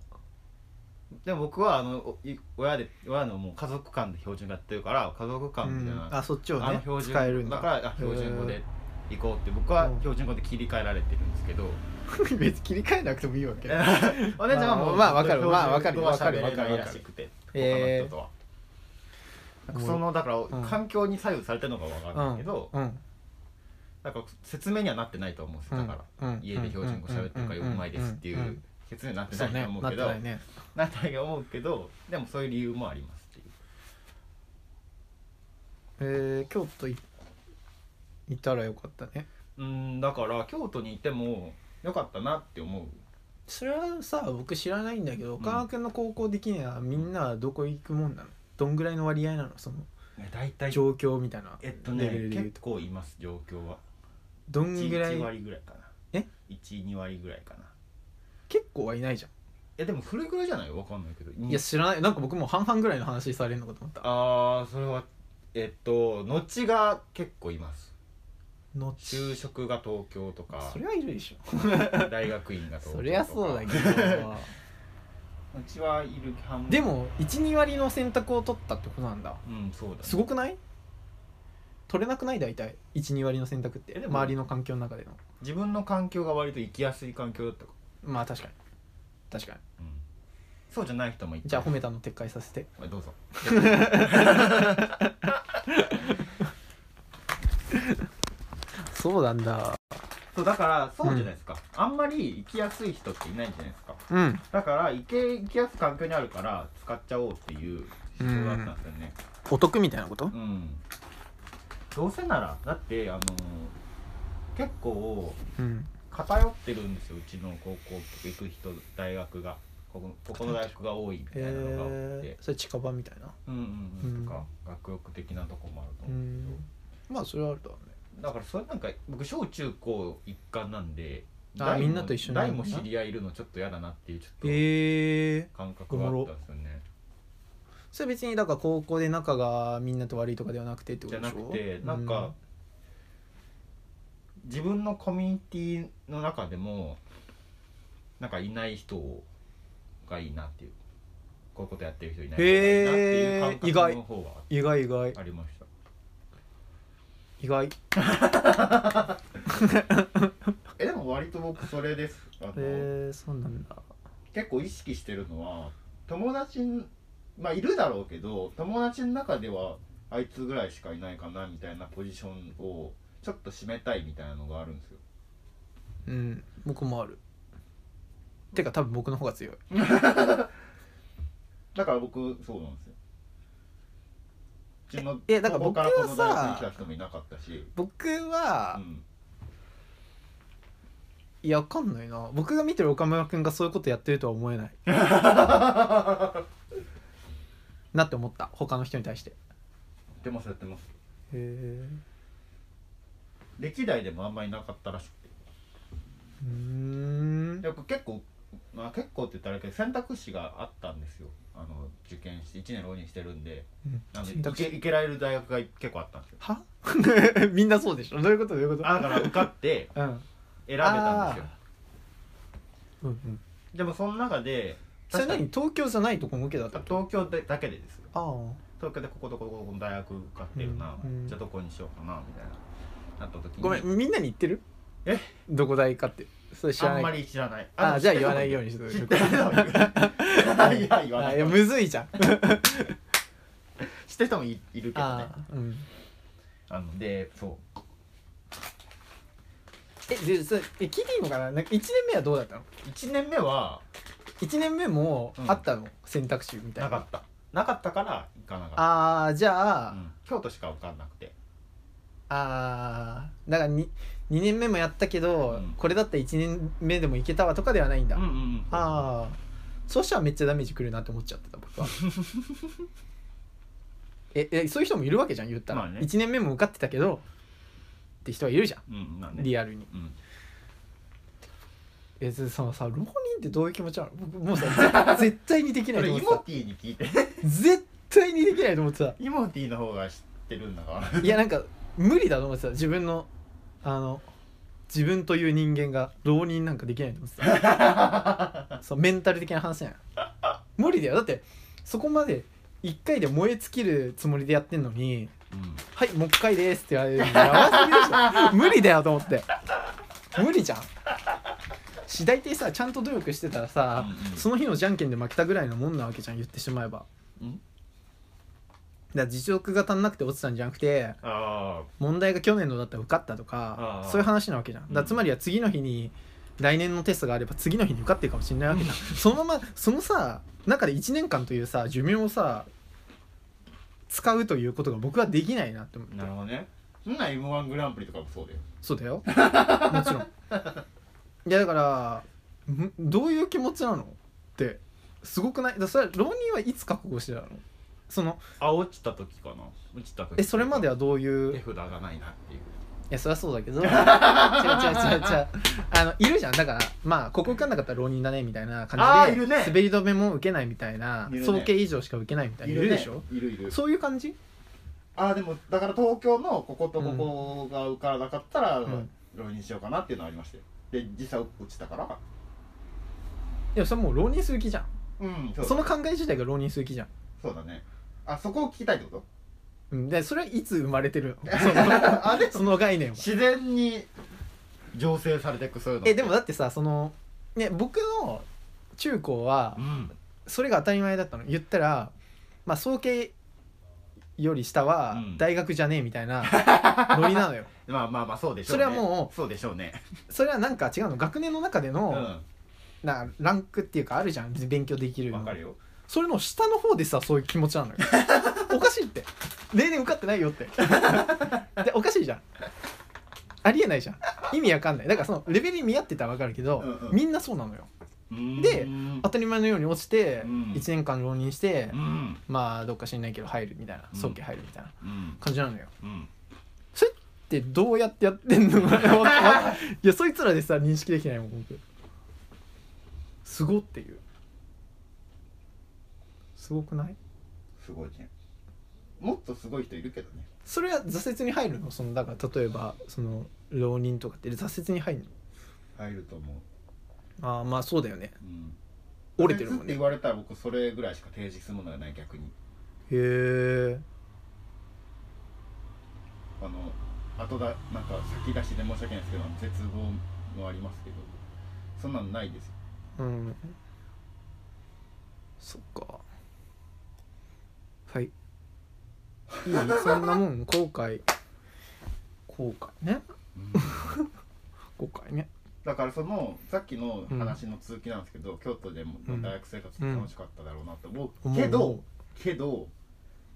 Speaker 2: でも僕はあのおい親で親のもう家族間で標準語やってるから家族間みたいな
Speaker 1: うんあそっちを
Speaker 2: あの
Speaker 1: ね
Speaker 2: 標準
Speaker 1: 使えるんだ
Speaker 2: だからあ標準語で行こうって僕は標準語で切り替えられてるんですけど
Speaker 1: 別に切り替えなくてもいいわけ
Speaker 2: お姉ちゃんはもう
Speaker 1: まあまあわか
Speaker 2: 標
Speaker 1: る
Speaker 2: 準語は
Speaker 1: まあわかるわかる
Speaker 2: 喋れないらしくて他
Speaker 1: え
Speaker 2: の
Speaker 1: ー
Speaker 2: 人とは、なん
Speaker 1: も
Speaker 2: か
Speaker 1: う
Speaker 2: そのだから、
Speaker 1: ん
Speaker 2: 環境に左右されてるのかわかんないけど、
Speaker 1: うん
Speaker 2: なんか説明にはなってないと思うんですよだから、
Speaker 1: うん
Speaker 2: 家で標準語喋ってるからうまいですってい
Speaker 1: ん
Speaker 2: う説明になって
Speaker 1: そ
Speaker 2: な
Speaker 1: う
Speaker 2: いと
Speaker 1: ね
Speaker 2: 思う
Speaker 1: なっ
Speaker 2: け
Speaker 1: て
Speaker 2: ど
Speaker 1: ないね
Speaker 2: なってないと思うけどでもそういう理由もありますっていう
Speaker 1: えー、京都いいたらよかったね
Speaker 2: うんだから京都にいてもよかったなって思う
Speaker 1: それはさ僕知らないんだけど
Speaker 2: ん
Speaker 1: 岡川君の高校的にはみんなはどこ行くもんなのどんぐらいの割合なのその
Speaker 2: ね大体
Speaker 1: 状況みたいな
Speaker 2: えっと
Speaker 1: レベ
Speaker 2: ね
Speaker 1: ルで言う
Speaker 2: 結構います状況は
Speaker 1: どんぐら
Speaker 2: 1
Speaker 1: い
Speaker 2: 割ぐらいかな
Speaker 1: え
Speaker 2: 12割ぐらいかな
Speaker 1: 結構はいないじゃ
Speaker 2: えでもそれぐらいじゃないわかんないけど
Speaker 1: んいや知らないなんか僕もう半々ぐらいの話されるのかと思った
Speaker 2: ああそれはえっと後が結構います
Speaker 1: のち
Speaker 2: 就職が東京とか
Speaker 1: そりゃいるでしょ
Speaker 2: 大学院が東京とか
Speaker 1: そりゃそうだけど
Speaker 2: うちはいる半分
Speaker 1: でも12割の選択を取ったってことなんだ
Speaker 2: うんそうだ、ね、
Speaker 1: すごくない取れなくない大体12割の選択って
Speaker 2: えでも
Speaker 1: 周りの環境の中での
Speaker 2: 自分の環境が割と生きやすい環境だったか
Speaker 1: まあ確かに確かに
Speaker 2: ら、うん、そうじゃない人もいて
Speaker 1: じゃあ褒めたの撤回させて
Speaker 2: はいどうぞ
Speaker 1: そうなんだ
Speaker 2: そうだからそうじゃないですか、あんまり生きやすい人っていないじゃないですか
Speaker 1: うん
Speaker 2: だから行け行きやすい環境にあるから使っちゃおうっていう主張だったんですよね
Speaker 1: お得みたいなこと
Speaker 2: うん、どうせならだってあのー結構
Speaker 1: うん
Speaker 2: 偏ってるんですようちの高校行く人大学がここここの大学が多いみたいなのが多くて
Speaker 1: え、ー、それ近場みたいな
Speaker 2: うんうんうんと
Speaker 1: う
Speaker 2: か
Speaker 1: ん
Speaker 2: 学力的なとこもあると
Speaker 1: う
Speaker 2: 思うんです
Speaker 1: んまあそれはあるだろうね
Speaker 2: けどだからそれなんか僕小中高一貫なんで
Speaker 1: あ
Speaker 2: 大も
Speaker 1: みんなと一緒に
Speaker 2: 大も知り合いいるのちょっと嫌だなっていうちょっ
Speaker 1: ええ
Speaker 2: と感覚があったんですよね、
Speaker 1: それ別にだから高校で仲がみんなと悪いとかではなくてってこ
Speaker 2: じ
Speaker 1: と
Speaker 2: ゃ
Speaker 1: で
Speaker 2: な
Speaker 1: し
Speaker 2: く
Speaker 1: ょ
Speaker 2: てなんか、自分のコミュニティの中でもなんかいない人がいいなっていうこういうことやってる人いない人がいいなっていう感
Speaker 1: へ
Speaker 2: 覚
Speaker 1: ー意外
Speaker 2: の方
Speaker 1: 意外意外
Speaker 2: がありました
Speaker 1: 意外
Speaker 2: えでも割と僕それですあの、
Speaker 1: えー、そうなんだ
Speaker 2: 結構意識してるのは友達んまあいるだろうけど友達の中ではあいつぐらいしかいないかなみたいなポジションをちょっと締めたいみたいなのがあるんですよ
Speaker 1: うん僕もあるてか多分僕の方が強い
Speaker 2: だから僕そうなんですようちの
Speaker 1: ええだか
Speaker 2: 高
Speaker 1: ら
Speaker 2: 校から
Speaker 1: 僕
Speaker 2: こ
Speaker 1: は
Speaker 2: の
Speaker 1: さ
Speaker 2: 大学に来た人もいなかったし、
Speaker 1: 僕
Speaker 2: う
Speaker 1: は、
Speaker 2: ん、
Speaker 1: いやわかんないな僕が見てる岡村君がそういうことやってるとは思え ないなって思った他の人に対してへ
Speaker 2: でもそうやってます
Speaker 1: え
Speaker 2: 歴代でもあんまりいなかったらしくて
Speaker 1: うーん
Speaker 2: で僕結構まあ結構って言ったらあれだけど選択肢があったんですよあの受験して1年浪人してるんであの
Speaker 1: 選
Speaker 2: 行
Speaker 1: 択
Speaker 2: け
Speaker 1: 肢
Speaker 2: 行けられる大学が結構あったんですよ
Speaker 1: は みんなそうでしょどういうことどういうこと
Speaker 2: あだから受かって
Speaker 1: うん
Speaker 2: 選べたんですよ
Speaker 1: うんうん
Speaker 2: でもその中で
Speaker 1: それ
Speaker 2: 確か
Speaker 1: 何
Speaker 2: に
Speaker 1: 東京じゃないとこも受けたってこと
Speaker 2: 東京でだけでですよ
Speaker 1: ああ
Speaker 2: 東京でこことこことこの大学受かってるな、
Speaker 1: うん
Speaker 2: じゃあどこにしようかなみたいななった時に
Speaker 1: ごめんみんなに言ってる
Speaker 2: え
Speaker 1: どこ大かってそれ知
Speaker 2: あ
Speaker 1: らな
Speaker 2: ん
Speaker 1: い
Speaker 2: まり知らない
Speaker 1: あ
Speaker 2: の
Speaker 1: じゃあ言わないようにしとく
Speaker 2: 知ってる人 もいるいや言わな
Speaker 1: あ
Speaker 2: い
Speaker 1: いやむずいじゃん
Speaker 2: 知ってる人もいいるけどね
Speaker 1: ああうん
Speaker 2: あのでそう
Speaker 1: えでそれえ聞いていいのかななんか1年目はどうだったの
Speaker 2: 1年目は
Speaker 1: 1年目も
Speaker 2: うん
Speaker 1: あったの、選択肢みたい
Speaker 2: な
Speaker 1: な
Speaker 2: かったなかったから行かなかった
Speaker 1: ああじゃあ、
Speaker 2: うん京都しか受かんなくて
Speaker 1: あーだから 2, 2年目もやったけど、
Speaker 2: うん
Speaker 1: これだったら1年目でもいけたわとかではないんだ、
Speaker 2: うんうんうん
Speaker 1: ああそうしたらめっちゃダメージくるなって思っちゃって た僕はええそういう人もいるわけじゃん言ったら、
Speaker 2: まあね
Speaker 1: 1年目も受かってたけどって人はいるじゃ
Speaker 2: う
Speaker 1: ん
Speaker 2: んなんで
Speaker 1: リアルに
Speaker 2: うん
Speaker 1: えそそのさ浪人ってどういう気持ちなの僕もうさ 絶対にできな
Speaker 2: そ
Speaker 1: い
Speaker 2: れ
Speaker 1: と
Speaker 2: イモ
Speaker 1: 思って
Speaker 2: ティに聞いて
Speaker 1: た絶対にできないと思って
Speaker 2: イモティの方が知ってるんだから
Speaker 1: たいやなんか無理だと思ってた自分のあの自分という人間が浪人なんかできないと思って たそうメンタル的な話やん無理だよだってそこまで1回で燃え尽きるつもりでやってんのに「はいもう一回です」って言われるのやばすぎるでしょ無理だよと思って無理じゃん次第てさちゃんと努力してたらさ、その日のじゃんけんで負けたぐらいのもんなわけじゃん言ってしまえば
Speaker 2: うん
Speaker 1: だから実力が足んなくて落ちたんじゃなくて
Speaker 2: あ
Speaker 1: 問題が去年のだったら受かったとか
Speaker 2: あー
Speaker 1: そういう話なわけじゃんだからつまりは次の日に来年のテストがあれば次の日に受かってるかもしれないわけじゃんそのままそのさ中で1年間というさ寿命をさ使うということが僕はできないなって思っ
Speaker 2: あなる
Speaker 1: て
Speaker 2: ほどねそんなん m 1グランプリとかもそうだよ
Speaker 1: そうだよもちろんいやだからんどういう気持ちなのってすごくないだからそれは浪人はいつ覚悟してたのその
Speaker 2: あ落ちた時かな落ちた時
Speaker 1: えそれまではどういう
Speaker 2: 手札がないなっていう
Speaker 1: いやそりゃそうだ けど違う違う違う違うあのいるじゃんだからまあここ受かんなかったら浪人だねみたいな
Speaker 2: あ
Speaker 1: 感
Speaker 2: ーい
Speaker 1: じで
Speaker 2: るね
Speaker 1: 滑り止めも受けないみたいない
Speaker 2: るね
Speaker 1: 総計以上しか受けないみたいないるでしょ
Speaker 2: いるいる
Speaker 1: そういう感じ
Speaker 2: あでもだから東京のこことここが受からなかったら
Speaker 1: うん
Speaker 2: 浪人しようかなっていうのはありましてで実際落ちたから
Speaker 1: いやそれもう浪人する気じゃん
Speaker 2: うん
Speaker 1: そ
Speaker 2: そう
Speaker 1: の
Speaker 2: だ
Speaker 1: 考え自体が浪人する気じゃん
Speaker 2: そうだねあそこを聞きたいってこと
Speaker 1: うんでそれはいつ生まれてる の
Speaker 2: あで
Speaker 1: そのその概念は
Speaker 2: 自然に醸成されていくそういうの
Speaker 1: えでもだってさそのね僕の中高は
Speaker 2: うん
Speaker 1: それが当たり前だったの言ったらまあ総計より下は
Speaker 2: うん
Speaker 1: 大学じゃねえみた いなノリなのよ
Speaker 2: まあまあまあそうでしょう
Speaker 1: それはも
Speaker 2: うそうでしょうね
Speaker 1: それはなんか違うの学年の中で
Speaker 2: う
Speaker 1: の、
Speaker 2: ん
Speaker 1: なランクっていうかあるじゃん勉強できる
Speaker 2: わ
Speaker 1: の
Speaker 2: かるよ
Speaker 1: それの下の方でさそういう気持ちな のよおかしいって例年受かってないよってでおかしいじゃんありえないじゃん意味わかんないだからそのレベルに見合ってたらわかるけど、
Speaker 2: うんうん
Speaker 1: みんなそうなのよで
Speaker 2: でうん
Speaker 1: 当たり前のように落ちて、
Speaker 2: うん
Speaker 1: 1年間浪人して、
Speaker 2: うん
Speaker 1: まあどっか知んないけど入るみたいな
Speaker 2: うん
Speaker 1: 早期入るみたいな
Speaker 2: うん
Speaker 1: 感じなのよ
Speaker 2: うん
Speaker 1: それってどうやってやってんのいやそいつらでさ認識できないもん僕すごっていうすごくない
Speaker 2: すごいねもっとすごい人いるけどね
Speaker 1: それは挫折に入るのそのだから例えばその浪人とかって挫折に入る
Speaker 2: 入ると思う、
Speaker 1: のああまあそうだよね
Speaker 2: うん、
Speaker 1: 折れてるも
Speaker 2: 挫折っ
Speaker 1: ん
Speaker 2: て言
Speaker 1: ねへ
Speaker 2: われたら僕それぐらいしか提示するものがない逆に
Speaker 1: え
Speaker 2: あの後だなんか先出しで申し訳ないですけど絶望もありますけどそんなのないですよ
Speaker 1: うんそっかはいいいそんなもん後悔後悔ね後悔ね
Speaker 2: だからそのさっきの話の続きなんですけど、京都でも
Speaker 1: うん
Speaker 2: 大学生活楽しかっただろうなと思う、
Speaker 1: 思う
Speaker 2: けど、
Speaker 1: 思
Speaker 2: けど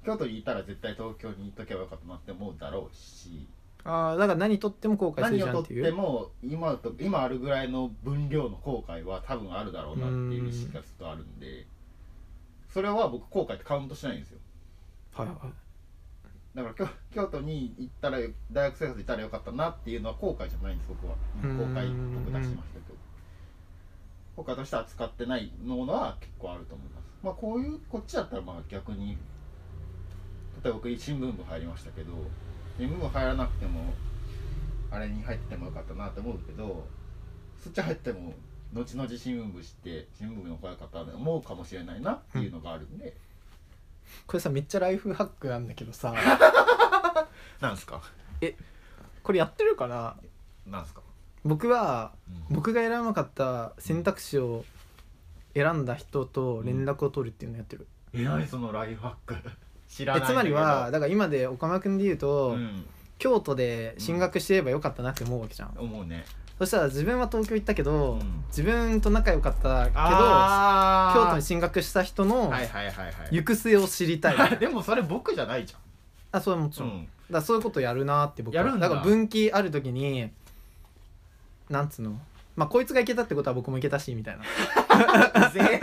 Speaker 2: 京都にいたら絶対東京に行っとけばよかったなって思うだろうし
Speaker 1: ああだから何とっても後悔する
Speaker 2: 何
Speaker 1: じゃん
Speaker 2: を
Speaker 1: っ
Speaker 2: とってて
Speaker 1: いう
Speaker 2: も今と今あるぐらいの分量の後悔は多分あるだろうなっていう意識がずっとあるんでそれは僕後悔ってカウントしないんですよ
Speaker 1: はいはい
Speaker 2: だから京京都に行ったら大学生活行ったらよかったなっていうのは後悔じゃないんです僕は後
Speaker 1: うん
Speaker 2: 悔っぽく出してましたけど後悔として扱ってないものは結構あると思いますまあこういうこっちだったらまあ逆に例えば僕新聞部入りましたけど新聞部入らなくてもあれに入ってもよかったなって思うけどそっち入っても後々新聞部して新聞部の方がよかったなって思うかもしれないなっていうのがあるんで、
Speaker 1: これさめっちゃライフハックなんだけ どさ
Speaker 2: なんすか
Speaker 1: これやってるかな
Speaker 2: なんすか、
Speaker 1: 僕は
Speaker 2: うん
Speaker 1: 僕が選ばなかった選択肢を選んだ人と連絡を取るっていうのやってる、
Speaker 2: えらいそのライフハック 知ら
Speaker 1: え
Speaker 2: ない
Speaker 1: つまりはだから今で岡間君で言う
Speaker 2: う
Speaker 1: と、
Speaker 2: ん、
Speaker 1: 京都で進学してればよかったなって思うわけじゃん、
Speaker 2: 思うね
Speaker 1: そしたら自分は東京行ったけど、
Speaker 2: うん
Speaker 1: 自分と仲良かったけど
Speaker 2: あー
Speaker 1: 京都に進学した人の
Speaker 2: はいはいはいはい
Speaker 1: 行く末を知りた い、
Speaker 2: でもそれ僕じゃないじゃ
Speaker 1: あそれはもち
Speaker 2: ん、
Speaker 1: ろん、だからそういうことやるなって僕は
Speaker 2: やるんだ
Speaker 1: から分岐ある時になんつうのまあこいつが行けたってことは僕も行けたしみたいな
Speaker 2: うぜえ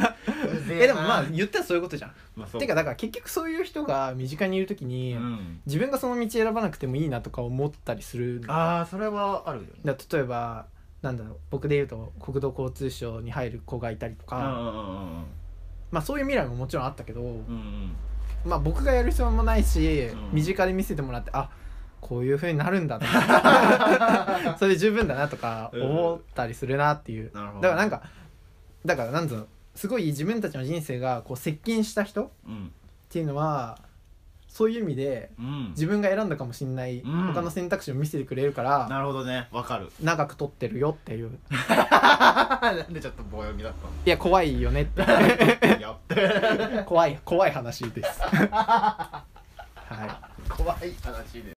Speaker 2: うぜえ
Speaker 1: えでもまあ言ったらそういうことじゃん
Speaker 2: まあそう
Speaker 1: てかだから結局そういう人が身近にいる時に、
Speaker 2: うん、
Speaker 1: 自分がその道選ばなくてもいいなとか思ったりするの
Speaker 2: ああそれはあるよね
Speaker 1: だ例えばなんだろう僕で言うと国土交通省に入る子がいたりと
Speaker 2: うん
Speaker 1: か、まあそういう未来ももちろんあったけど、
Speaker 2: うんうんうん
Speaker 1: まあ僕がやる必要もないし、
Speaker 2: うん
Speaker 1: 身近で見せてもらってあこういう風になるんだ なそれで十分だなとか思ったりするなっていう、
Speaker 2: なるほど
Speaker 1: だからなんかだからなんつうのすごい自分たちの人生がこう接近した人っ
Speaker 2: うん
Speaker 1: ていうのはそういう意味で
Speaker 2: うん
Speaker 1: 自分が選んだかもしれない
Speaker 2: うん
Speaker 1: 他の選択肢を見せてくれるから、
Speaker 2: なるほどねわかる
Speaker 1: 長く取ってるよっていう
Speaker 2: なんでちょっと棒読みだっ
Speaker 1: いや怖いよねって
Speaker 2: た のやって
Speaker 1: 怖い怖い話ですはい
Speaker 2: 怖い話で